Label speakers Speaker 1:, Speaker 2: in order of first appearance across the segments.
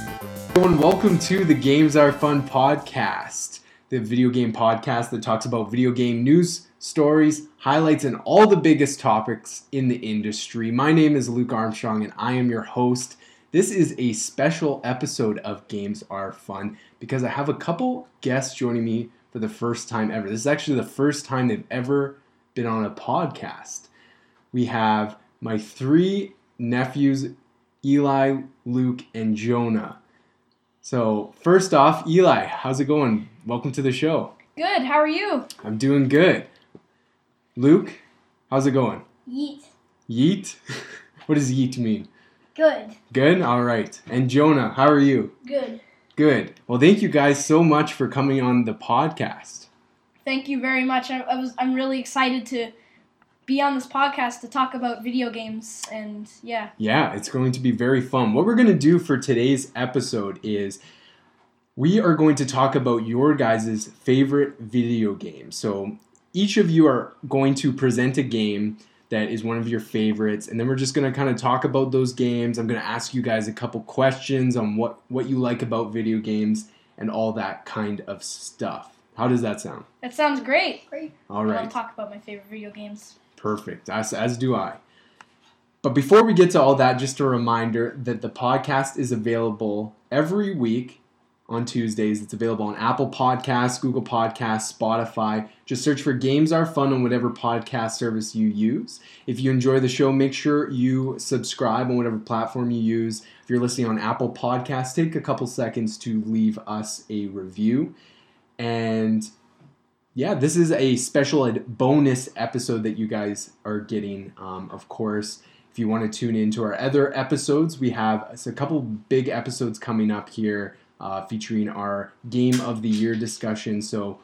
Speaker 1: everyone, welcome to the Games Are Fun podcast, the video game podcast that talks about video game news, stories, highlights, and all the biggest topics in the industry. My name is Luke Armstrong, and I am your host. This is a special episode of Games Are Fun because I have a couple guests joining me for the first time ever. This is actually the first time they've ever been on a podcast. We have my three nephews, Eli, Luke, and Jonah. So, first off, Eli, how's it going? Welcome to the show.
Speaker 2: Good. How are you?
Speaker 1: I'm doing good. Luke, how's it going?
Speaker 3: Yeet.
Speaker 1: Yeet? what does yeet mean?
Speaker 3: Good.
Speaker 1: Good? All right. And Jonah, how are you?
Speaker 3: Good.
Speaker 1: Good. Well, thank you guys so much for coming on the podcast.
Speaker 2: Thank you very much. I, I was I'm really excited to be on this podcast to talk about video games and yeah.
Speaker 1: Yeah, it's going to be very fun. What we're going to do for today's episode is we are going to talk about your guys' favorite video games. So each of you are going to present a game that is one of your favorites, and then we're just going to kind of talk about those games. I'm going to ask you guys a couple questions on what, what you like about video games and all that kind of stuff. How does that sound?
Speaker 2: That sounds great.
Speaker 1: All
Speaker 2: I
Speaker 1: right.
Speaker 2: want to talk about my favorite video games.
Speaker 1: Perfect. As, as do I. But before we get to all that, just a reminder that the podcast is available every week on Tuesdays. It's available on Apple Podcasts, Google Podcasts, Spotify. Just search for Games Are Fun on whatever podcast service you use. If you enjoy the show, make sure you subscribe on whatever platform you use. If you're listening on Apple Podcasts, take a couple seconds to leave us a review. And yeah, this is a special ed- bonus episode that you guys are getting. Um, of course, if you want to tune into our other episodes, we have s- a couple big episodes coming up here uh, featuring our game of the year discussion. So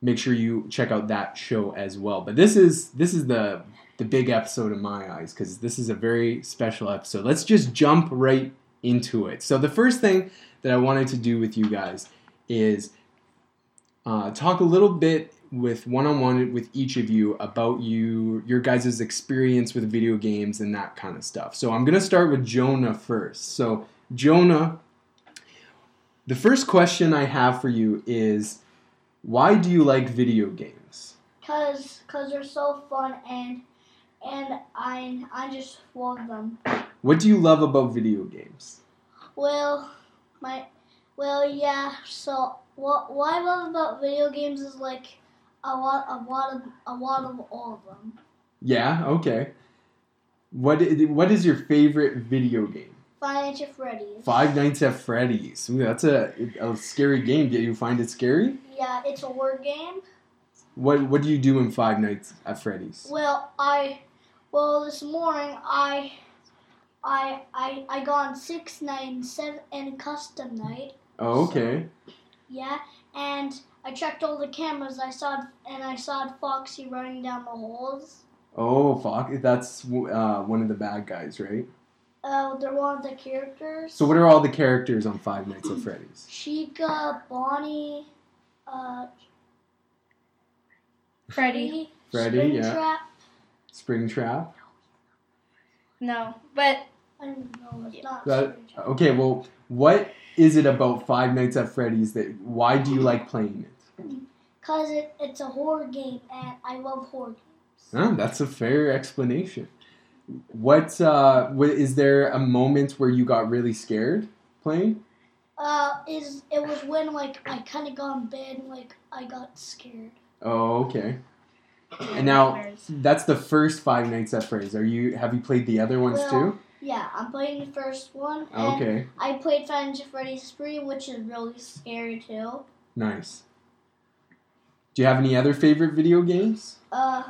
Speaker 1: make sure you check out that show as well. But this is this is the the big episode in my eyes because this is a very special episode. Let's just jump right into it. So the first thing that I wanted to do with you guys is uh, talk a little bit with one-on-one with each of you about you your guys' experience with video games and that kind of stuff so i'm going to start with jonah first so jonah the first question i have for you is why do you like video games
Speaker 3: Cause, cause they're so fun and and I I just love them.
Speaker 1: what do you love about video games
Speaker 3: Well, my well yeah. So what what I love about video games is like a lot a lot of a lot of all of them.
Speaker 1: yeah okay what i- what is your favorite video game
Speaker 3: Five Nights at Freddy's.
Speaker 1: five nights at freddy's Ooh, that's a, a scary game do you find it scary
Speaker 3: Yeah, it's a word game.
Speaker 1: What What do you do in Five Nights at Freddy's?
Speaker 3: Well, I well this morning I. I, I, I got on six night and seven and custom night.
Speaker 1: Oh, okay.
Speaker 3: Yeah, and I checked all the cameras. I saw and I saw Foxy running down the holes.
Speaker 1: Oh, fuck. That's uh, one of the bad guys, right?
Speaker 3: Uh, they're one of the characters.
Speaker 1: So, what are all the characters on Five Nights at Freddy's?
Speaker 3: Chica, Bonnie, uh,
Speaker 2: Freddy.
Speaker 1: Freddy,
Speaker 3: Spring
Speaker 1: yeah.
Speaker 3: Trap.
Speaker 1: Springtrap.
Speaker 2: No. But
Speaker 3: I don't know. It's not
Speaker 1: That-
Speaker 3: Springtrap.
Speaker 1: Okay, well, what is it about Five Nights at Freddy's that? Why do you like playing it?
Speaker 3: Cause it, it's a horror game, and I love horror games.
Speaker 1: Huh, Ah, that's a fair explanation. What, uh, what is there a moment where you got really scared playing?
Speaker 3: Uh, is it was when like I kind of got in bed, and, like I got scared.
Speaker 1: Oh, okay. And now, That's the first Five Nights at Freddy's. Are you? Have you played the other ones
Speaker 3: Well,
Speaker 1: too?
Speaker 3: Yeah, I'm playing the first one, and
Speaker 1: Okay,
Speaker 3: I played Five Nights at Freddy's three, which is really scary too.
Speaker 1: nice. Do you have any other favorite video games?
Speaker 3: Uh,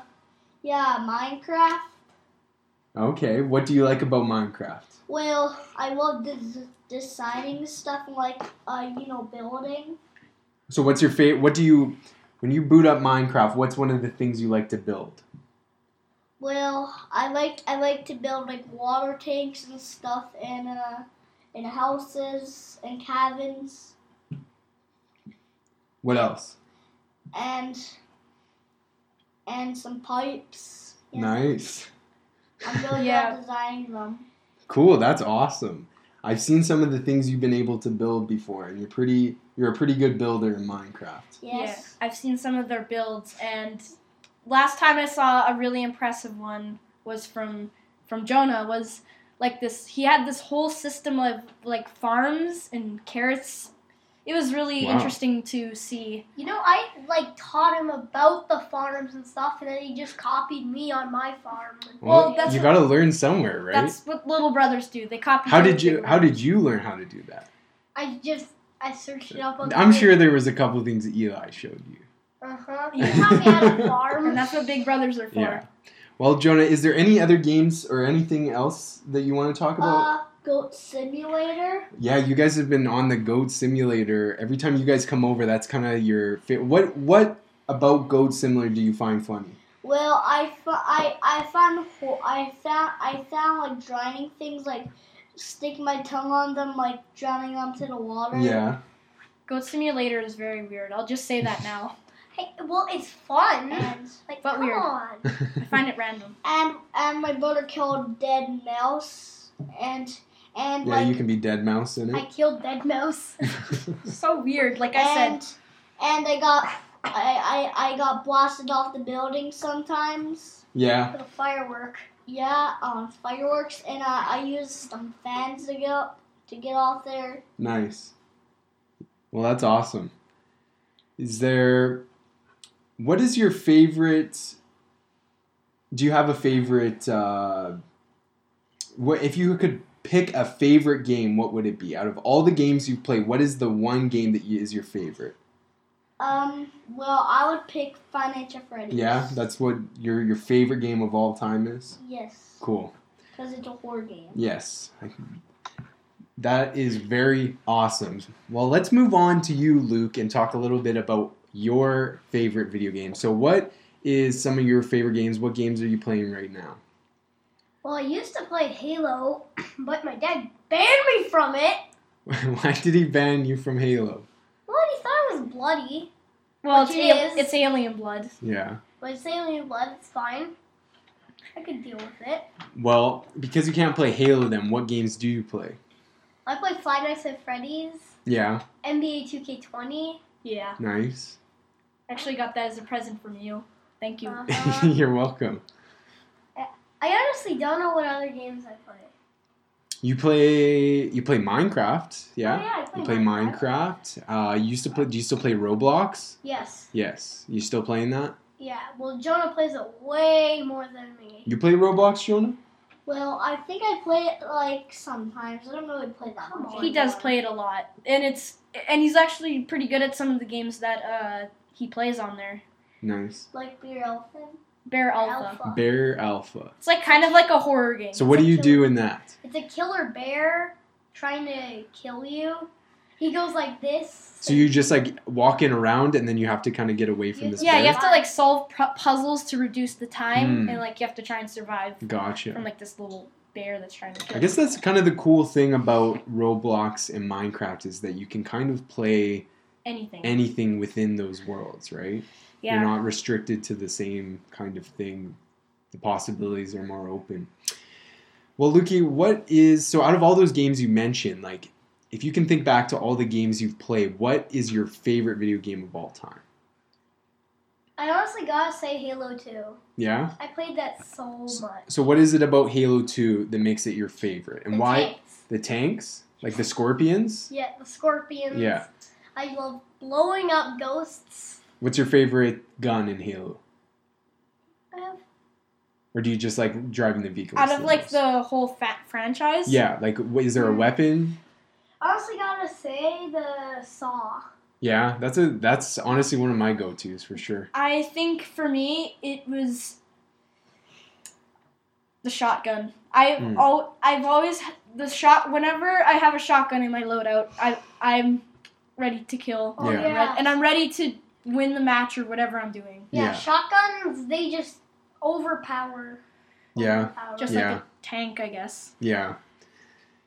Speaker 3: yeah, Minecraft.
Speaker 1: Okay, what do you like about Minecraft?
Speaker 3: Well, I love the, the designing stuff and like uh, you know, building.
Speaker 1: So, what's your favorite? What do you, when you boot up Minecraft? What's one of the things you like to build?
Speaker 3: Well, I like I like to build like water tanks and stuff and uh, and houses and cabins
Speaker 1: What else?
Speaker 3: and and some pipes. Yeah.
Speaker 1: Nice,
Speaker 3: I'm really
Speaker 2: Yeah.
Speaker 3: well designing them.
Speaker 1: cool. That's awesome. I've seen some of the things you've been able to build before, and you're pretty you're a pretty good builder in Minecraft.
Speaker 3: Yes.
Speaker 2: Yeah, I've seen some of their builds, and last time I saw a really impressive one was from from Jonah. Was like this. He had this whole system of like farms and carrots. It was really
Speaker 1: Wow.
Speaker 2: interesting to see.
Speaker 3: You know, I like taught him about the farms and stuff, and then he just copied me on my farm.
Speaker 2: Well, that's
Speaker 1: you got
Speaker 2: what-
Speaker 1: to learn somewhere, right?
Speaker 2: That's what little brothers do. They copy.
Speaker 1: how
Speaker 2: other
Speaker 1: did you
Speaker 2: people.
Speaker 1: How did you learn how to do that?
Speaker 3: I just I searched it up on.
Speaker 1: I'm sure there was a couple things that Eli showed you.
Speaker 3: Uh huh. He taught me how to
Speaker 2: And
Speaker 3: farm.
Speaker 2: that's what big brothers are for.
Speaker 1: Yeah. Well, Jonah, is there any other games or anything else that you want to talk about?
Speaker 3: Uh, Goat Simulator.
Speaker 1: yeah, you guys have been on the Goat Simulator. Every time you guys come over, that's kind of your fa- what what about Goat Simulator do you find funny?
Speaker 3: Well, I, fo- I, I found ho- I found I found like drowning things like sticking my tongue on them like drowning onto the water.
Speaker 1: Yeah.
Speaker 2: Goat Simulator is very weird. I'll just say that now.
Speaker 3: Hey, well, it's fun. like,
Speaker 2: But
Speaker 3: come
Speaker 2: weird.
Speaker 3: on.
Speaker 2: I find it random.
Speaker 3: And and my brother killed dead mouse. And and
Speaker 1: yeah,
Speaker 3: like
Speaker 1: you can be dead mouse in
Speaker 3: I
Speaker 1: it.
Speaker 3: killed dead mouse.
Speaker 2: So weird. Like I said,
Speaker 3: and and I got I, I I got blasted off the building sometimes.
Speaker 1: yeah.
Speaker 3: The firework. Yeah, um, fireworks, and uh, I used some fans to go to get off there.
Speaker 1: Nice. Well, that's awesome. Is there what is your favorite do you have a favorite uh what if you could pick a favorite game, what would it be? Out of all the games you've played, what is the one game that you, is your favorite?
Speaker 3: Um, well, I would pick Financial Freddy's.
Speaker 1: Yeah, that's what your your favorite game of all time is.
Speaker 3: Yes,
Speaker 1: Cool.
Speaker 3: because it's a horror game.
Speaker 1: Yes. I- That is very awesome. Well, let's move on to you, Luke, and talk a little bit about your favorite video game. So, what is some of your favorite games? What games are you playing right now?
Speaker 3: Well, I used to play Halo, but my dad banned me from it.
Speaker 1: Why did he ban you from Halo?
Speaker 3: Well, he thought it was bloody.
Speaker 2: well, it's,
Speaker 3: Which
Speaker 2: al-
Speaker 3: is-
Speaker 2: it's alien blood.
Speaker 1: Yeah.
Speaker 3: But it's alien blood, it's fine. I could deal with it.
Speaker 1: Well, because you can't play Halo, then what games do you play?
Speaker 3: I play Five Nights at Freddy's,
Speaker 1: Yeah,
Speaker 3: NBA 2K20.
Speaker 2: Yeah.
Speaker 1: nice.
Speaker 2: Actually, got that as a present from you. Thank you.
Speaker 3: Uh-huh.
Speaker 1: You're welcome.
Speaker 3: I honestly don't know what other games I play.
Speaker 1: You play you play Minecraft,
Speaker 3: Oh,
Speaker 1: yeah?
Speaker 3: yeah, I
Speaker 1: You play Minecraft. Uh, you used to play. Do you still play Roblox?
Speaker 3: Yes.
Speaker 1: Yes. You still playing that?
Speaker 3: Yeah. Well, Jonah plays it way more than me.
Speaker 1: You play Roblox, Jonah?
Speaker 3: Well, I think I play it like sometimes. I don't really play that
Speaker 2: Come
Speaker 3: much.
Speaker 2: on. He does play it a lot, and it's and he's actually pretty good at some of the games that uh, he plays on there.
Speaker 1: Nice.
Speaker 3: Like Beer Elephant.
Speaker 2: Bear Alpha.
Speaker 3: Alpha.
Speaker 1: Bear Alpha.
Speaker 2: It's like kind of like a horror game.
Speaker 1: So what do you do in that?
Speaker 3: It's a killer bear trying to kill you. He goes like this.
Speaker 1: So you just like walking around and then you have to kind of get away from this
Speaker 2: yeah,
Speaker 1: bear?
Speaker 2: you have to like solve pu- puzzles to reduce the time,
Speaker 1: Hmm.
Speaker 2: and like you have to try and survive from
Speaker 1: Gotcha.
Speaker 2: like this little bear that's trying to kill.
Speaker 1: I guess
Speaker 2: you.
Speaker 1: that's kind of the cool thing about Roblox and Minecraft is that you can kind of play
Speaker 2: anything.
Speaker 1: anything within those worlds, right?
Speaker 2: yeah.
Speaker 1: You're not restricted to the same kind of thing. The possibilities are more open. Well, Lukey, what is so out of all those games you mentioned, like if you can think back to all the games you've played, what is your favorite video game of all time?
Speaker 3: I honestly gotta say Halo 2.
Speaker 1: Yeah?
Speaker 3: I played that so
Speaker 1: S-
Speaker 3: much.
Speaker 1: So what is it about Halo 2 that makes it your favorite? And
Speaker 3: The
Speaker 1: why
Speaker 3: tanks.
Speaker 1: the tanks? Like the scorpions?
Speaker 3: Yeah, the scorpions.
Speaker 1: Yeah.
Speaker 3: I love blowing up ghosts.
Speaker 1: What's your favorite gun in Halo?
Speaker 3: I have
Speaker 1: Or do you just like driving the vehicle?
Speaker 2: Out of like Mm. the whole fat franchise.
Speaker 1: Yeah, like wh- is there a weapon?
Speaker 3: honestly gotta say the saw.
Speaker 1: Yeah, that's a that's honestly one of my go-tos for sure.
Speaker 2: I think for me it was the shotgun. I
Speaker 1: Mm.
Speaker 2: al- I've always h- the shot whenever I have a shotgun in my loadout, I I'm ready to kill.
Speaker 3: Oh
Speaker 1: Yeah.
Speaker 3: yeah.
Speaker 2: I'm re- and I'm ready to win the match or whatever I'm doing.
Speaker 3: yeah,
Speaker 1: Yeah.
Speaker 3: shotguns they just overpower.
Speaker 1: Yeah,
Speaker 3: overpower.
Speaker 2: Just
Speaker 1: Yeah.
Speaker 2: like a tank, I guess.
Speaker 1: yeah.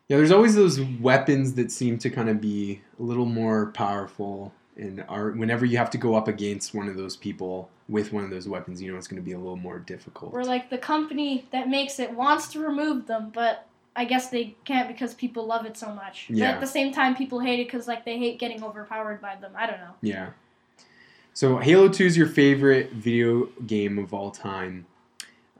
Speaker 1: Yeah, there's always those weapons that seem to kind of be a little more powerful and are whenever you have to go up against one of those people with one of those weapons, you know it's going to be a little more difficult.
Speaker 2: Or like the company that makes it wants to remove them, but I guess they can't because people love it so much. But
Speaker 1: Yeah.
Speaker 2: at the same time, people hate it because like they hate getting overpowered by them. I don't know.
Speaker 1: Yeah. So Halo 2 is your favorite video game of all time.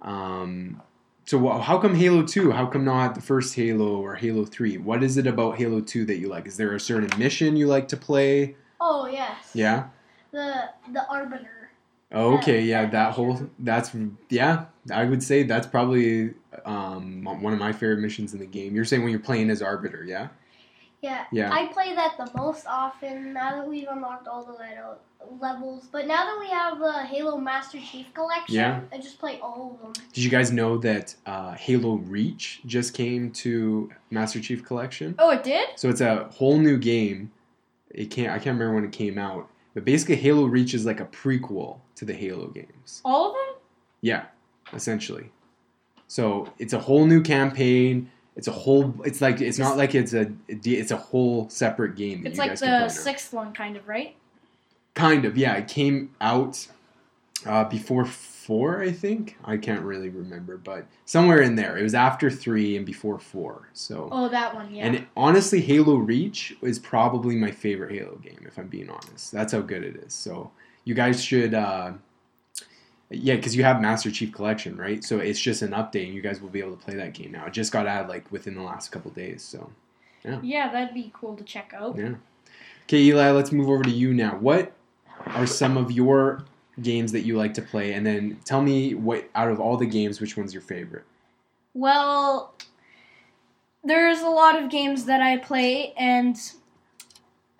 Speaker 1: Um, so wh- how come Halo 2? How come not the first Halo or Halo 3? What is it about Halo 2 that you like? Is there a certain mission you like to play?
Speaker 3: Oh yes.
Speaker 1: Yeah.
Speaker 3: The the arbiter.
Speaker 1: Oh, okay,
Speaker 3: Yeah.
Speaker 1: yeah, that whole that's yeah, I would say that's probably um, one of my favorite missions in the game. You're saying when you're playing as Arbiter, yeah?
Speaker 3: Yeah.
Speaker 1: Yeah.
Speaker 3: I play that the most often now that we've unlocked all the level- levels. But now that we have the Halo Master Chief Collection,
Speaker 1: Yeah.
Speaker 3: I just play all of them.
Speaker 1: Did you guys know that uh, Halo Reach just came to Master Chief Collection?
Speaker 2: Oh, it did.
Speaker 1: So it's a whole new game. It can't. I can't remember when it came out, but basically, Halo Reach is like a prequel to the Halo games.
Speaker 2: All of them.
Speaker 1: Yeah, essentially. So it's a whole new campaign. It's a whole. It's like it's not like it's a. It's a whole separate game. That
Speaker 2: It's
Speaker 1: you
Speaker 2: like
Speaker 1: guys can play
Speaker 2: the
Speaker 1: now.
Speaker 2: sixth one, kind of, right?
Speaker 1: Kind of. Yeah, it came out uh, before four. I think I can't really remember, but somewhere in there. It was after three and before four. So.
Speaker 2: Oh, that one. Yeah.
Speaker 1: And it- honestly, Halo Reach is probably my favorite Halo game, if I'm being honest. That's how good it is. So you guys should, uh, yeah, because you have Master Chief Collection, right? So it's just an update, and you guys will be able to play that game now. It just got added like within the last couple days. So
Speaker 2: yeah, that'd be cool to check out.
Speaker 1: yeah. Okay, Eli, let's move over to you now. What are some of your games that you like to play? And then tell me what out of all the games, which one's your favorite?
Speaker 2: Well, there's a lot of games that I play, and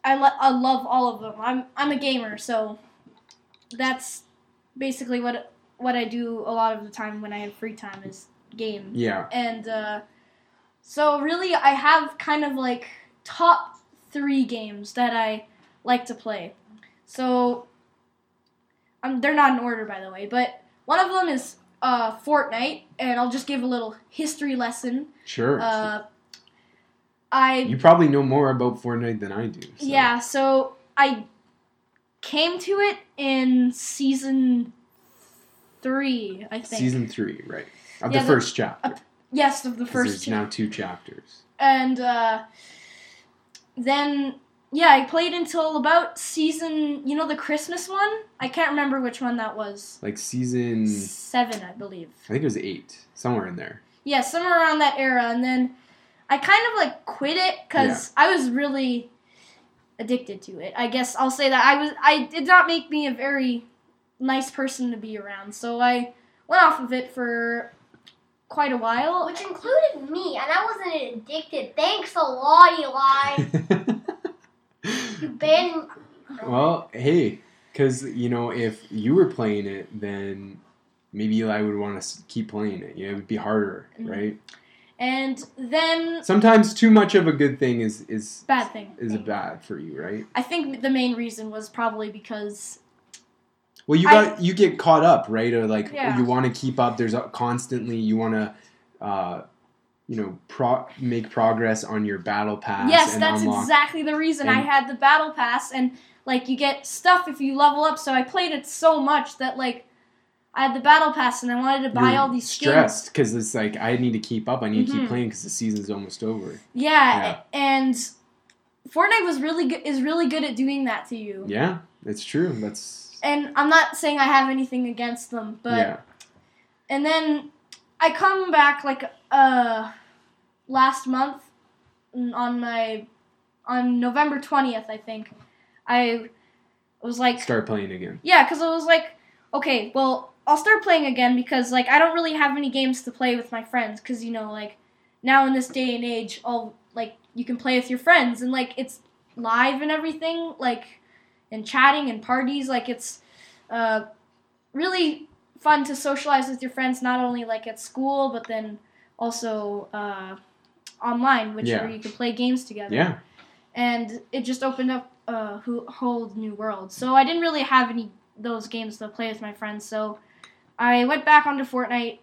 Speaker 2: I, lo- I love all of them. I'm I'm a gamer, so that's basically what what I do a lot of the time when I have free time is game.
Speaker 1: Yeah.
Speaker 2: And uh, so really, I have kind of like top three games that I like to play. So um, they're not in order, by the way, but one of them is uh, Fortnite, and I'll just give a little history lesson.
Speaker 1: Sure.
Speaker 2: Uh, I
Speaker 1: you probably know more about Fortnite than I do. so.
Speaker 2: yeah, so I came to it in season three, I think.
Speaker 1: Season three, right? Of
Speaker 2: Yeah,
Speaker 1: the
Speaker 2: the-
Speaker 1: first chapter.
Speaker 2: uh, yes, of the
Speaker 1: 'cause
Speaker 2: first
Speaker 1: there's
Speaker 2: two.
Speaker 1: now two chapters.
Speaker 2: and uh, then yeah, I played until about season, you know, the Christmas one. I can't remember which one that was.
Speaker 1: Like season,
Speaker 2: Seven, I believe.
Speaker 1: I think it was eight, somewhere in there.
Speaker 2: Yeah, somewhere around that era, and then I kind of like quit it because I was really addicted to it. I guess I'll say that I was. I it did not make me a very nice person to be around, so I went off of it for quite a while.
Speaker 3: Which included me, and I wasn't addicted. Thanks a lot, Eli. You banned
Speaker 1: well, hey, because you know, if you were playing it, then maybe Eli would want to keep playing it. You know, it would be harder,
Speaker 2: Mm.
Speaker 1: right?
Speaker 2: and then
Speaker 1: Sometimes too much of a good thing is is
Speaker 2: bad thing.
Speaker 1: is bad for you, right?
Speaker 2: I think the main reason was probably because
Speaker 1: Well, you
Speaker 2: I-
Speaker 1: got you get caught up, right? Or like
Speaker 2: Yeah.
Speaker 1: you want to keep up. There's a, constantly you want to, uh, you know, pro- make progress on your battle pass.
Speaker 2: yes, that's
Speaker 1: unlock-
Speaker 2: exactly the reason I
Speaker 1: and-
Speaker 2: had the battle pass and like you get stuff if you level up. So I played it so much that like I had the battle pass and I wanted to buy
Speaker 1: you're
Speaker 2: all these skins.
Speaker 1: stressed because it's like I need to keep up. I need to
Speaker 2: Mhm.
Speaker 1: keep playing because the season's almost over.
Speaker 2: Yeah,
Speaker 1: Yeah.
Speaker 2: and Fortnite was really good is really good at doing that to you.
Speaker 1: Yeah, that's true. That's
Speaker 2: And I'm not saying I have anything against them, but
Speaker 1: yeah.
Speaker 2: and then I come back like uh last month n- on my on November 20th I think I was like
Speaker 1: Start playing again.
Speaker 2: yeah cuz I was like okay well I'll start playing again because like I don't really have any games to play with my friends cuz you know like now in this day and age all like you can play with your friends and like it's live and everything like and chatting and parties like it's uh, really fun to socialize with your friends not only like at school but then also uh, online which
Speaker 1: Yeah.
Speaker 2: where you can play games together
Speaker 1: Yeah,
Speaker 2: and it just opened up a who- whole new world so i didn't really have any those games to play with my friends so i went back onto fortnite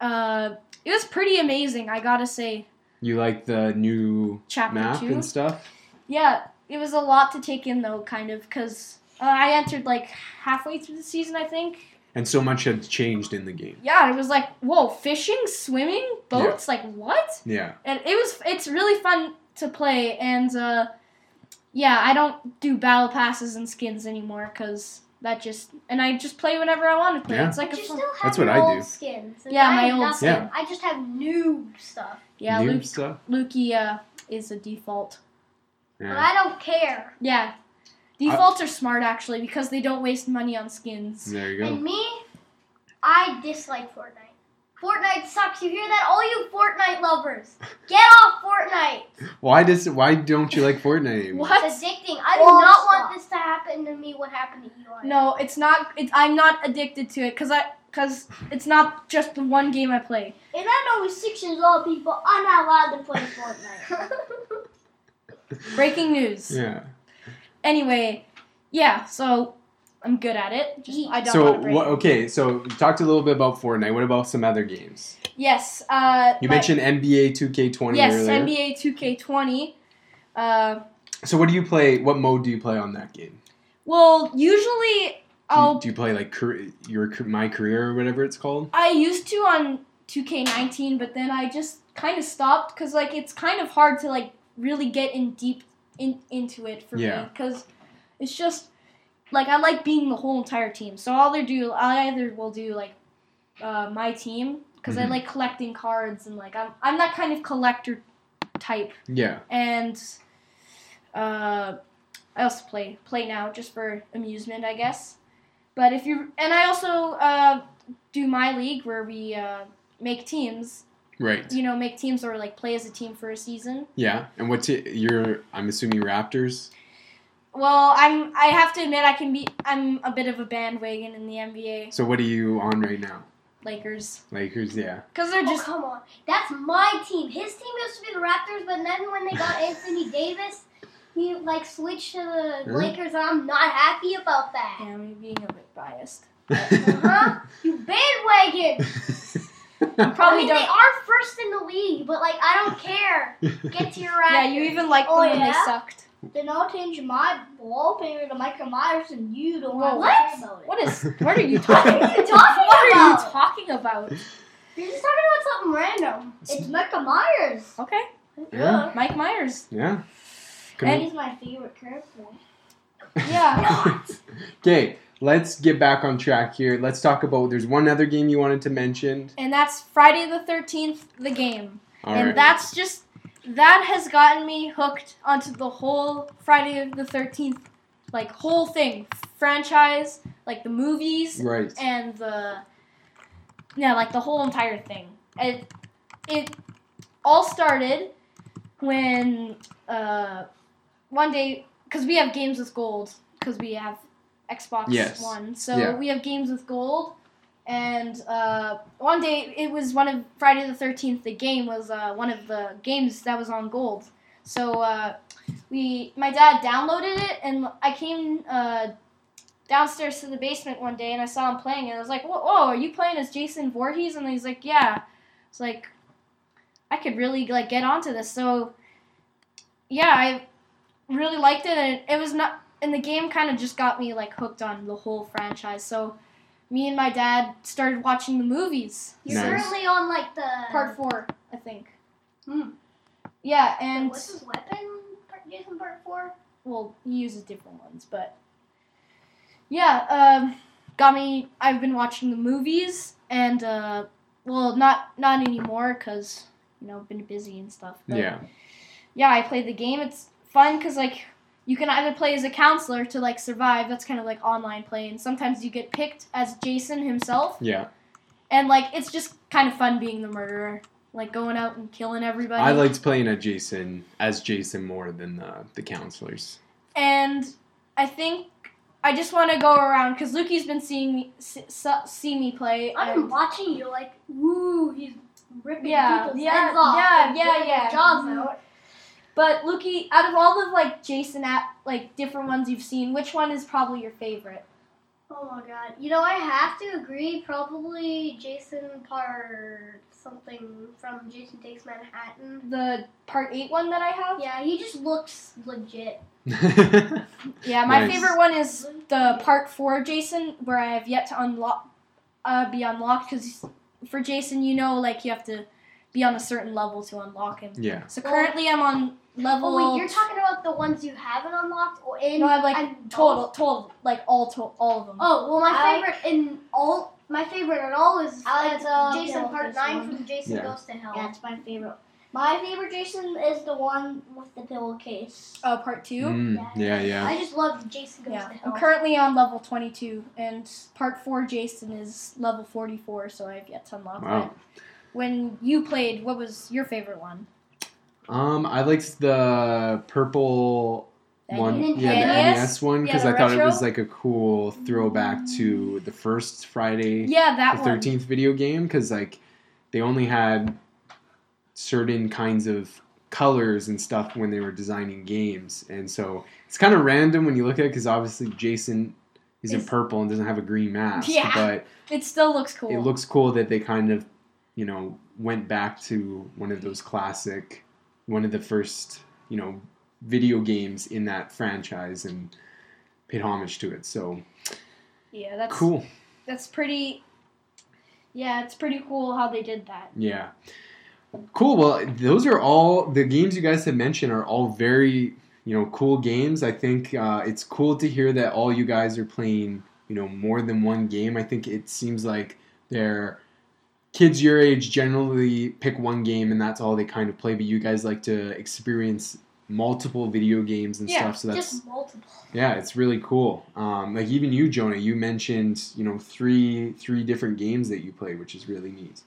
Speaker 2: uh, it was pretty amazing i gotta say
Speaker 1: you like the new
Speaker 2: chapter
Speaker 1: map
Speaker 2: two
Speaker 1: and stuff.
Speaker 2: yeah, it was a lot to take in though, kind of, because uh, I entered like halfway through the season, I think,
Speaker 1: and so much had changed in the game.
Speaker 2: Yeah, it was like, whoa, fishing, swimming, boats, like what?
Speaker 1: Yeah,
Speaker 2: And it was it's really fun to play and uh yeah, I don't do battle passes and skins anymore cuz that just and I just play whenever I want to play.
Speaker 1: Yeah.
Speaker 2: It's like
Speaker 3: But
Speaker 2: a
Speaker 3: you
Speaker 2: fun,
Speaker 3: still have
Speaker 1: That's what
Speaker 3: your
Speaker 1: I
Speaker 3: old
Speaker 1: do.
Speaker 3: skins. and
Speaker 2: Yeah,
Speaker 3: I
Speaker 2: my
Speaker 3: have
Speaker 2: old
Speaker 3: nothing.
Speaker 1: skin.
Speaker 3: I just have new stuff,
Speaker 2: yeah,
Speaker 1: new
Speaker 2: Luke,
Speaker 1: stuff.
Speaker 2: Lukey uh, is a default.
Speaker 3: but
Speaker 1: Yeah,
Speaker 3: I don't care.
Speaker 2: Yeah. Defaults are smart actually because they don't waste money on skins.
Speaker 1: there you go.
Speaker 3: And me, I dislike Fortnite. Fortnite sucks. You hear that? All you Fortnite lovers, get off Fortnite.
Speaker 1: Why does why don't you like Fortnite anymore?
Speaker 2: What?
Speaker 3: It's addicting. I do
Speaker 2: Full
Speaker 3: not
Speaker 2: stop.
Speaker 3: want this to happen to me. What happened to you?
Speaker 2: No, it's not. It's, I'm not addicted to it because I because it's not just the one game I play.
Speaker 3: And I know with six years old people, I'm not allowed to play Fortnite.
Speaker 2: Breaking news.
Speaker 1: Yeah.
Speaker 2: Anyway, yeah. So I'm good at it. Just, I don't.
Speaker 1: So
Speaker 2: wanna break
Speaker 1: what?
Speaker 2: it.
Speaker 1: Okay, so you talked a little bit about Fortnite. What about some other games?
Speaker 2: Yes. Uh,
Speaker 1: You
Speaker 2: my-
Speaker 1: mentioned NBA 2K20
Speaker 2: Yes,
Speaker 1: earlier.
Speaker 2: NBA 2K20. Uh,
Speaker 1: So what do you play? What mode do you play on that game?
Speaker 2: well, usually
Speaker 1: Do you,
Speaker 2: I'll
Speaker 1: do you play like car- your car- my career or whatever it's called?
Speaker 2: I used to on 2K19, but then I just kind of stopped because like it's kind of hard to like really get in deep in, into it for me
Speaker 1: Yeah.
Speaker 2: because it's just like I like being the whole entire team. So I'll either do I either will do like uh, my team because
Speaker 1: Mhm.
Speaker 2: I like collecting cards and like I'm I'm that kind of collector type
Speaker 1: Yeah.
Speaker 2: and uh, I also play play now just for amusement, I guess. But if you and I also uh, do my league where we uh, make teams,
Speaker 1: Right.
Speaker 2: you know, make teams or like play as a team for a season.
Speaker 1: Yeah. And what's it, your? I'm assuming Raptors.
Speaker 2: Well, I'm I have to admit I can be I'm a bit of a bandwagon in the NBA
Speaker 1: So what are you on right now?
Speaker 2: Lakers
Speaker 1: Lakers. Yeah.
Speaker 2: because they're
Speaker 3: oh,
Speaker 2: just
Speaker 3: come on. That's my team. His team used to be the Raptors, but then when they got Anthony Davis, he like switched to the
Speaker 1: Really?
Speaker 3: Lakers, and I'm not happy about that.
Speaker 2: yeah, me being a bit biased.
Speaker 3: Uh-huh. You bandwagon.
Speaker 2: Probably
Speaker 3: I mean, they
Speaker 2: don't.
Speaker 3: are first in the league, but like I don't care. Get to your Raptors.
Speaker 2: Yeah, you even liked them
Speaker 3: Oh,
Speaker 2: when they
Speaker 3: yeah?
Speaker 2: sucked.
Speaker 3: Then I'll change my wallpaper to Michael Myers, and you don't
Speaker 2: Whoa,
Speaker 3: have
Speaker 2: what?
Speaker 3: to care about it.
Speaker 2: What is? What are you
Speaker 3: What
Speaker 2: talking?
Speaker 3: are you talking
Speaker 2: What are you
Speaker 3: about?
Speaker 2: talking about?
Speaker 3: You're just talking about something random. It's Michael Myers.
Speaker 2: Okay,
Speaker 1: Yeah.
Speaker 2: Mike Myers.
Speaker 1: yeah.
Speaker 3: And he's my favorite character.
Speaker 2: Yeah.
Speaker 1: okay. Let's get back on track here. Let's talk about. There's one other game you wanted to mention.
Speaker 2: and that's Friday the 13th, the game.
Speaker 1: All right.
Speaker 2: and that's just, that has gotten me hooked onto the whole Friday the 13th, like, whole thing. Franchise, like the movies,
Speaker 1: right.
Speaker 2: and the, yeah, like the whole entire thing. It, it all started when, uh, one day, because we have games with gold, because we have Xbox
Speaker 1: Yes.
Speaker 2: One. So
Speaker 1: Yeah.
Speaker 2: we have games with gold, and uh, one day it was one of Friday the Thirteenth. The game was uh, one of the games that was on gold. So uh, we, my dad downloaded it, and I came uh, downstairs to the basement one day, and I saw him playing, and I was like, "Whoa, whoa are you playing as Jason Voorhees?" And he's like, "Yeah." It's like I could really like get onto this. So yeah, I really liked it, and it was not. And the game kind of just got me like hooked on the whole franchise. So me and my dad started watching the movies.
Speaker 3: You're
Speaker 1: Nice.
Speaker 3: currently on like the
Speaker 2: Part four, I think.
Speaker 3: Hmm.
Speaker 2: Yeah, and
Speaker 3: what's his weapon? Part, Jason part four.
Speaker 2: well, he uses different ones, but yeah, um, got me. I've been watching the movies, and uh, well, not not anymore because you know I've been busy and stuff. But
Speaker 1: Yeah.
Speaker 2: yeah, I played the game. It's fun because like you can either play as a counselor to like survive. That's kind of like online play, and sometimes you get picked as Jason himself,
Speaker 1: Yeah.
Speaker 2: and like it's just kind of fun being the murderer, like going out and killing everybody.
Speaker 1: I liked playing a Jason as Jason more than the the counselors.
Speaker 2: and I think I just want to go around because Lukey's been seeing me see, see me play.
Speaker 3: I've
Speaker 2: and-
Speaker 3: been watching you like, woo, he's ripping
Speaker 2: Yeah,
Speaker 3: people's
Speaker 2: yeah,
Speaker 3: heads off.
Speaker 2: yeah,
Speaker 3: and
Speaker 2: yeah,
Speaker 3: ripping their
Speaker 2: yeah.
Speaker 3: Jaws
Speaker 2: Mhm.
Speaker 3: out.
Speaker 2: but Lukey, out of all the like Jason app like different ones you've seen, which one is probably your favorite?
Speaker 3: Oh my god. You know, I have to agree. Probably Jason part something from Jason Takes Manhattan.
Speaker 2: The part eight one that I have.
Speaker 3: Yeah, he just looks legit.
Speaker 2: Yeah, my
Speaker 1: Nice.
Speaker 2: favorite one is the part four Jason where I have yet to unlock uh, be unlocked because for Jason, you know, like you have to be on a certain level to unlock him.
Speaker 1: Yeah.
Speaker 2: So currently, I'm on level.
Speaker 4: Oh wait, you're talking about the ones you haven't unlocked or in
Speaker 2: No, I have like
Speaker 4: and
Speaker 2: total,
Speaker 4: all-
Speaker 2: total, like all, to- all of them.
Speaker 4: Oh well, my
Speaker 3: I-
Speaker 4: favorite in all, my favorite in all is
Speaker 3: I like
Speaker 4: uh,
Speaker 3: the
Speaker 4: Jason
Speaker 3: Bill
Speaker 4: Part
Speaker 3: this
Speaker 4: Nine
Speaker 3: one.
Speaker 4: from Jason
Speaker 1: Yeah.
Speaker 4: Goes to Hell.
Speaker 3: That's my favorite. My favorite Jason is the one with the pillowcase.
Speaker 2: Uh, part two.
Speaker 1: Mm, yeah, yeah.
Speaker 4: Oh, I just love Jason Goes
Speaker 2: Yeah,
Speaker 4: to Hell.
Speaker 2: I'm currently on level 22, and part four Jason is level 44, so I've yet to unlock
Speaker 1: Wow.
Speaker 2: that. When you played, what was your favorite one?
Speaker 1: Um, I liked the purple one,
Speaker 2: Nintendo
Speaker 1: yeah, the
Speaker 2: NES?
Speaker 1: NES one,
Speaker 2: E Yeah,
Speaker 1: because
Speaker 2: the
Speaker 1: I thought it
Speaker 2: retro?
Speaker 1: was like a cool throwback to the first Friday,
Speaker 2: Yeah,
Speaker 1: the
Speaker 2: that one.
Speaker 1: 13th video game, because like they only had certain kinds of colors and stuff when they were designing games, and so it's kind of random when you look at it, because obviously Jason is in
Speaker 2: Is-
Speaker 1: purple and doesn't have a green mask,
Speaker 2: Yeah.
Speaker 1: but
Speaker 2: It still looks cool.
Speaker 1: it looks cool that they kind of, you know, went back to one of those classic, one of the first, you know, video games in that franchise and paid homage to it. So
Speaker 2: yeah, that's
Speaker 1: cool.
Speaker 2: That's pretty. Yeah, it's pretty cool how they did that.
Speaker 1: Yeah. Cool. Well, those are all the games you guys have mentioned are all very, you know, cool games. I think uh, it's cool to hear that all you guys are playing, you know, more than one game. I think it seems like they're kids your age generally pick one game and that's all they kind of play, but you guys like to experience multiple video games and
Speaker 2: Yeah,
Speaker 1: stuff. So that's
Speaker 4: just multiple.
Speaker 1: yeah, it's really cool. Um, like even you, Jonah, you mentioned you know three three different games that you play, which is really neat.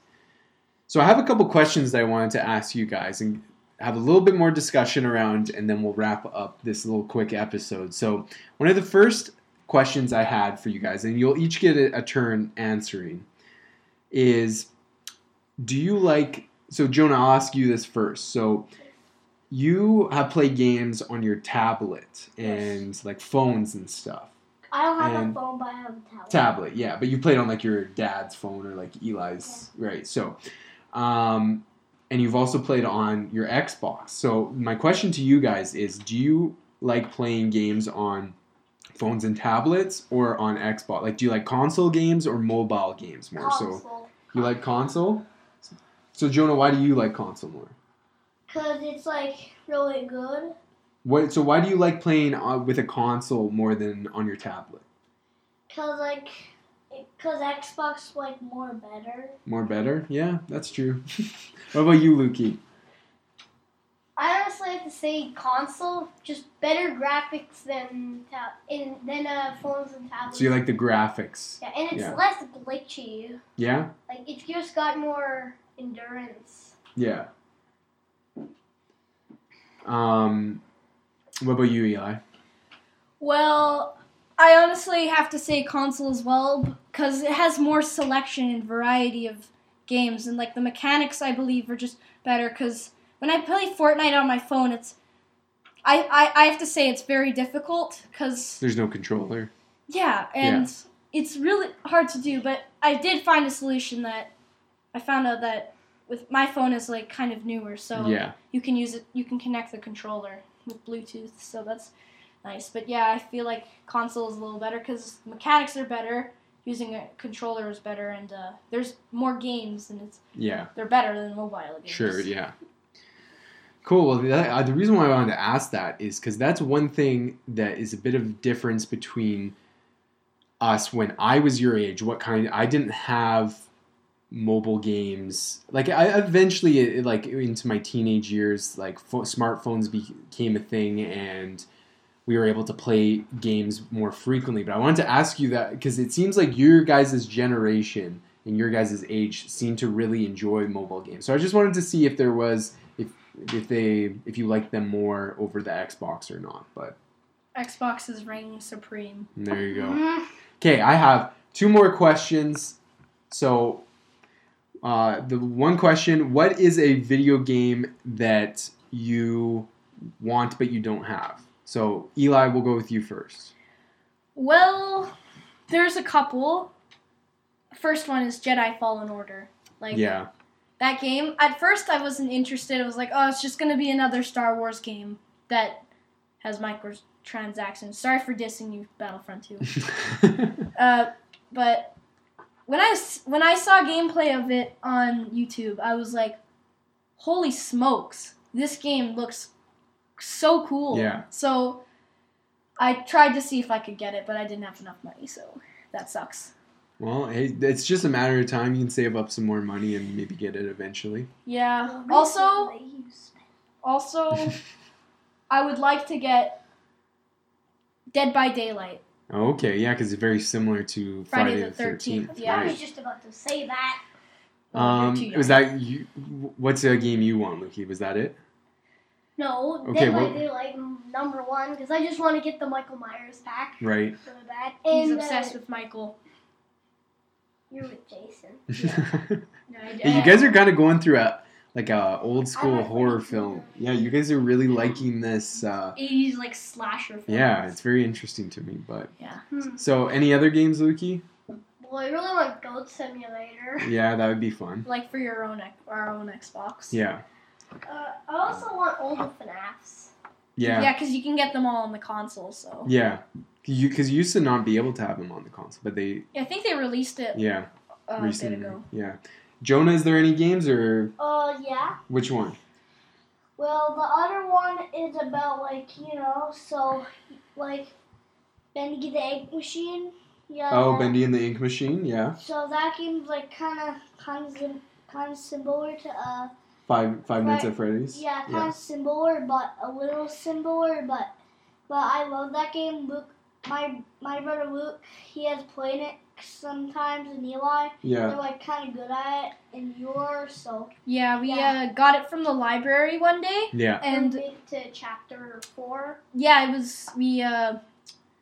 Speaker 1: So I have a couple questions that I wanted to ask you guys and have a little bit more discussion around, and then we'll wrap up this little quick episode. So one of the first questions I had for you guys, and you'll each get a, a turn answering, is do you like? So Jonah, I'll ask you this first. So you have played games on your tablet and like phones and stuff.
Speaker 3: I don't have
Speaker 1: And-
Speaker 3: a phone, but I have a tablet.
Speaker 1: Tablet, yeah, but you played on like your dad's phone or like Eli's, right? So, um, and you've also played on your Xbox. So my question to you guys is: Do you like playing games on phones and tablets or on Xbox? Like, do you like console games or mobile games more? So
Speaker 3: console.
Speaker 1: you like console. So Jonah, why do you like console more?
Speaker 3: Cause it's like really good.
Speaker 1: What, so why do you like playing uh, with a console more than on your tablet?
Speaker 3: Cause like, it, cause Xbox like more better.
Speaker 1: More better? Yeah, that's true. what about you, Lukey?
Speaker 4: I honestly have to say console, just better graphics than tab- in, than uh, phones and tablets.
Speaker 1: So you like the graphics?
Speaker 4: yeah, and it's
Speaker 1: yeah.
Speaker 4: less glitchy.
Speaker 1: Yeah,
Speaker 4: Like it's just got more endurance.
Speaker 1: yeah. Um, what about you, Eli?
Speaker 2: Well, I honestly have to say console as well because it has more selection and variety of games, and like the mechanics I believe are just better. Because when I play Fortnite on my phone, it's I I, I have to say it's very difficult because
Speaker 1: There's no controller.
Speaker 2: yeah, and it's really hard to do. But I did find a solution that I found out that with my phone is like kind of newer, so
Speaker 1: Yeah,
Speaker 2: you can use it you can connect the controller with bluetooth so that's nice but yeah i feel like console is a little better because mechanics are better using a controller is better and uh, there's more games and it's
Speaker 1: yeah.
Speaker 2: they're better than mobile games
Speaker 1: Sure, yeah. Cool. Well, the, uh, the reason why I wanted to ask that is because that's one thing that is a bit of difference between us when I was your age. What kind? I didn't have mobile games. Like I eventually, it, it, like into my teenage years, like pho- smartphones became a thing, and we were able to play games more frequently. But I wanted to ask you that because it seems like your guys' generation and your guys' age seem to really enjoy mobile games. So I just wanted to see if there was if if they if you liked them more over the Xbox or not. But
Speaker 2: xbox is reigning supreme
Speaker 1: there you
Speaker 3: Mm-hmm.
Speaker 1: go.
Speaker 4: Mm,
Speaker 2: Mm-hmm.
Speaker 1: Okay, I have two more questions. So uh, the one question: What is a video game that you want but you don't have? So Eli, we'll go with you first.
Speaker 2: well there's a couple first one is jedi fallen order like
Speaker 1: Yeah,
Speaker 2: that game. At first, I wasn't interested. I was like, oh, it's just gonna be another Star Wars game that has microtransactions. Sorry for dissing you, Battlefront 2. Uh, but when I s- when I saw gameplay of it on YouTube, I was like, "Holy smokes! This game looks so cool."
Speaker 1: Yeah.
Speaker 2: So I tried to see if I could get it, but I didn't have enough money, so that sucks.
Speaker 1: Well, hey, it's just a matter of time. You can save up some more money and maybe get it eventually.
Speaker 2: Yeah.
Speaker 4: Uh,
Speaker 2: Also,
Speaker 3: Recently you spent-
Speaker 2: also, I would like to get Dead by Daylight.
Speaker 1: Okay, yeah, because it's very similar to Friday, the Thirteenth.
Speaker 2: yeah.
Speaker 3: I was just about to say that.
Speaker 2: Well, you're
Speaker 1: Um,
Speaker 2: too young.
Speaker 1: was that you? What's a game you want, Lukey? Was that it?
Speaker 4: No,
Speaker 1: Okay,
Speaker 4: Dead by
Speaker 1: what-
Speaker 4: Daylight mm, number one because I just want to get the Michael Myers pack
Speaker 1: Right.
Speaker 4: so bad.
Speaker 2: He's
Speaker 4: And, uh,
Speaker 2: obsessed with Michael.
Speaker 4: you're with Jason.
Speaker 2: No,
Speaker 1: Yeah, you guys are kind of going through a like a old school
Speaker 4: like
Speaker 1: horror
Speaker 4: it.
Speaker 1: film. Yeah, you guys are really liking this. Uh,
Speaker 2: 80s like slasher. Films.
Speaker 1: yeah, it's very interesting to me. But
Speaker 4: Hmm.
Speaker 1: so, any other games, Lukey?
Speaker 4: Well, I really want Goat Simulator.
Speaker 1: Yeah, that would be fun.
Speaker 2: like for your own ex- our own Xbox.
Speaker 1: Yeah,
Speaker 4: Uh, I also want all the FNAFs.
Speaker 1: yeah,
Speaker 2: Yeah, because you can get them all on the console. So
Speaker 1: yeah. You because you used to not be able to have them on the console, but they
Speaker 2: I think they released it
Speaker 1: yeah
Speaker 2: uh, a bit
Speaker 1: recently
Speaker 2: ago.
Speaker 1: yeah. Jonah, is there any games or
Speaker 3: Uh, yeah.
Speaker 1: which one?
Speaker 3: Well, the other one is about like you know, so like Bendy the Egg Machine. Yeah.
Speaker 2: Um,
Speaker 1: Oh, Bendy and the Ink Machine. Yeah,
Speaker 3: So that game's like kind of kind of kind of similar to uh
Speaker 1: five Five Nights at Freddy's.
Speaker 3: yeah kind
Speaker 1: Yeah.
Speaker 3: of similar but a little similar but but I love that game. Luke, my my brother Luke, he has played it sometimes, and Eli,
Speaker 1: Yeah.
Speaker 3: they're like kind of good at it, and you're so
Speaker 2: Yeah, we Uh, got it from the library one day,
Speaker 1: Yeah.
Speaker 4: And
Speaker 2: and
Speaker 4: to chapter four.
Speaker 2: yeah, it was we uh,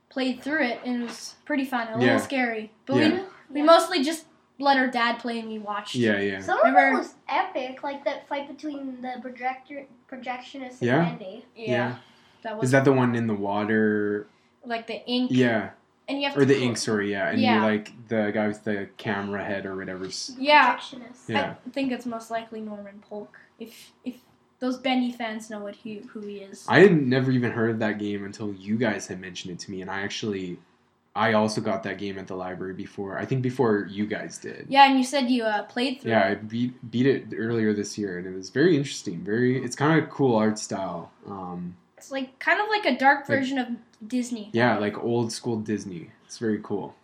Speaker 2: played through it, and it was pretty fun. A
Speaker 1: Yeah.
Speaker 2: little scary, but
Speaker 1: Yeah.
Speaker 2: we we mostly just let our dad play and we watched.
Speaker 1: Yeah, yeah.
Speaker 4: Some of it
Speaker 2: Remember-
Speaker 4: was epic, like that fight between the projector, projectionist
Speaker 1: Yeah.
Speaker 4: and Andy.
Speaker 2: yeah.
Speaker 1: Yeah.
Speaker 2: That was
Speaker 1: Is that the one in the water?
Speaker 2: like the ink.
Speaker 1: Yeah.
Speaker 2: and you have
Speaker 1: Or
Speaker 2: to
Speaker 1: the
Speaker 2: cl-
Speaker 1: ink story, yeah. And
Speaker 2: Yeah.
Speaker 1: you're like the guy with the camera head or whatever's.
Speaker 2: Yeah,
Speaker 4: Projectionist.
Speaker 1: Yeah.
Speaker 2: I think it's most likely Norman Polk. If if those Bendy fans know what he who he is.
Speaker 1: I had never even heard of that game until you guys had mentioned it to me, and I actually, I also got that game at the library before. I think before you guys did.
Speaker 2: Yeah, and you said you uh, played through.
Speaker 1: Yeah, I
Speaker 2: it.
Speaker 1: beat beat it earlier this year, and it was very interesting. Very, it's kind of cool art style. Um,
Speaker 2: It's like kind of like a dark
Speaker 1: Like-
Speaker 2: version of Disney.
Speaker 1: yeah, like old school Disney. It's very cool.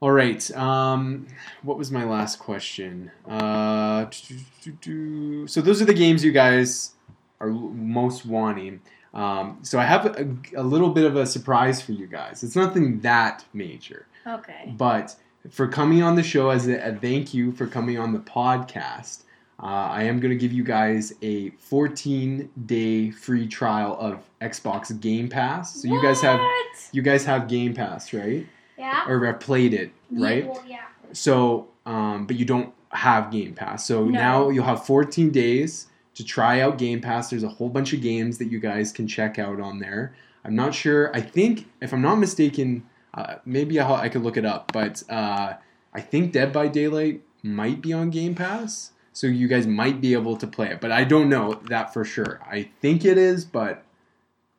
Speaker 1: All right. Um, what was my last question? Uh, so those are the games you guys are most wanting. Um, so I have a, a little bit of a surprise for you guys. It's nothing that major,
Speaker 2: Okay.
Speaker 1: but for coming on the show as a, a thank you for coming on the podcast, uh, I am going to give you guys a 14 day free trial of Xbox Game Pass. So you guys have
Speaker 2: What?
Speaker 1: you guys have Game Pass, right?
Speaker 4: Yeah.
Speaker 1: Or have played it, right?
Speaker 4: Well, yeah.
Speaker 1: So, um, but you don't have Game Pass. So
Speaker 2: No.
Speaker 1: now you'll have 14 days to try out Game Pass. There's a whole bunch of games that you guys can check out on there. I'm not sure. I think, if I'm not mistaken, uh, maybe I'll, I could look it up, but uh, I think Dead by Daylight might be on Game Pass. So you guys might be able to play it, but I don't know that for sure. I think it is, but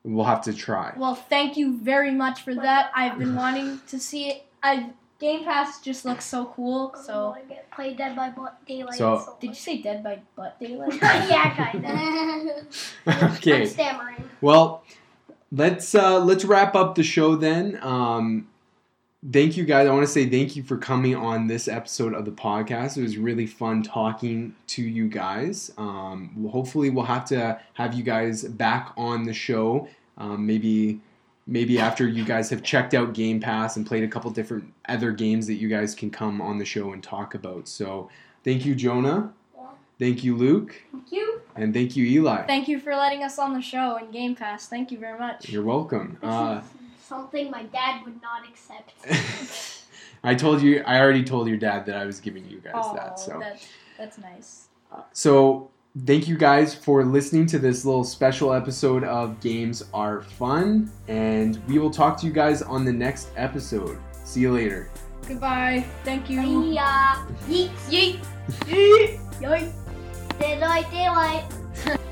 Speaker 1: we'll have to try.
Speaker 2: Well, thank you very much for that. I've been wanting to see it. I Game Pass just looks so cool.
Speaker 4: Oh,
Speaker 2: So
Speaker 4: I get played Dead by Bo- Daylight.
Speaker 1: So-
Speaker 2: did you say Dead by Butt Daylight?
Speaker 4: yeah, kinda. I'm
Speaker 1: okay.
Speaker 4: stammering.
Speaker 1: Well, let's uh, let's wrap up the show then. Um, thank you guys. I want to say thank you for coming on this episode of the podcast. It was really fun talking to you guys. Um, well, hopefully, we'll have to have you guys back on the show. Um, maybe maybe after you guys have checked out Game Pass and played a couple different other games that you guys can come on the show and talk about. So, thank you, Jonah. Thank you, Luke.
Speaker 2: thank you.
Speaker 1: And thank you, Eli.
Speaker 2: Thank you for letting us on the show and Game Pass. Thank you very much.
Speaker 1: You're welcome.
Speaker 4: This
Speaker 1: Uh,
Speaker 4: is something my dad would not accept.
Speaker 1: I told you. I already told your dad that I was giving you guys
Speaker 2: Oh,
Speaker 1: that. So,
Speaker 2: that's that's nice.
Speaker 1: so thank you guys for listening to this little special episode of Games Are Fun, and we will talk to you guys on the next episode. See you later.
Speaker 2: Goodbye. Thank you.
Speaker 4: uh,
Speaker 3: yeah. Yeet.
Speaker 2: Yeet.
Speaker 3: Daylight, daylight.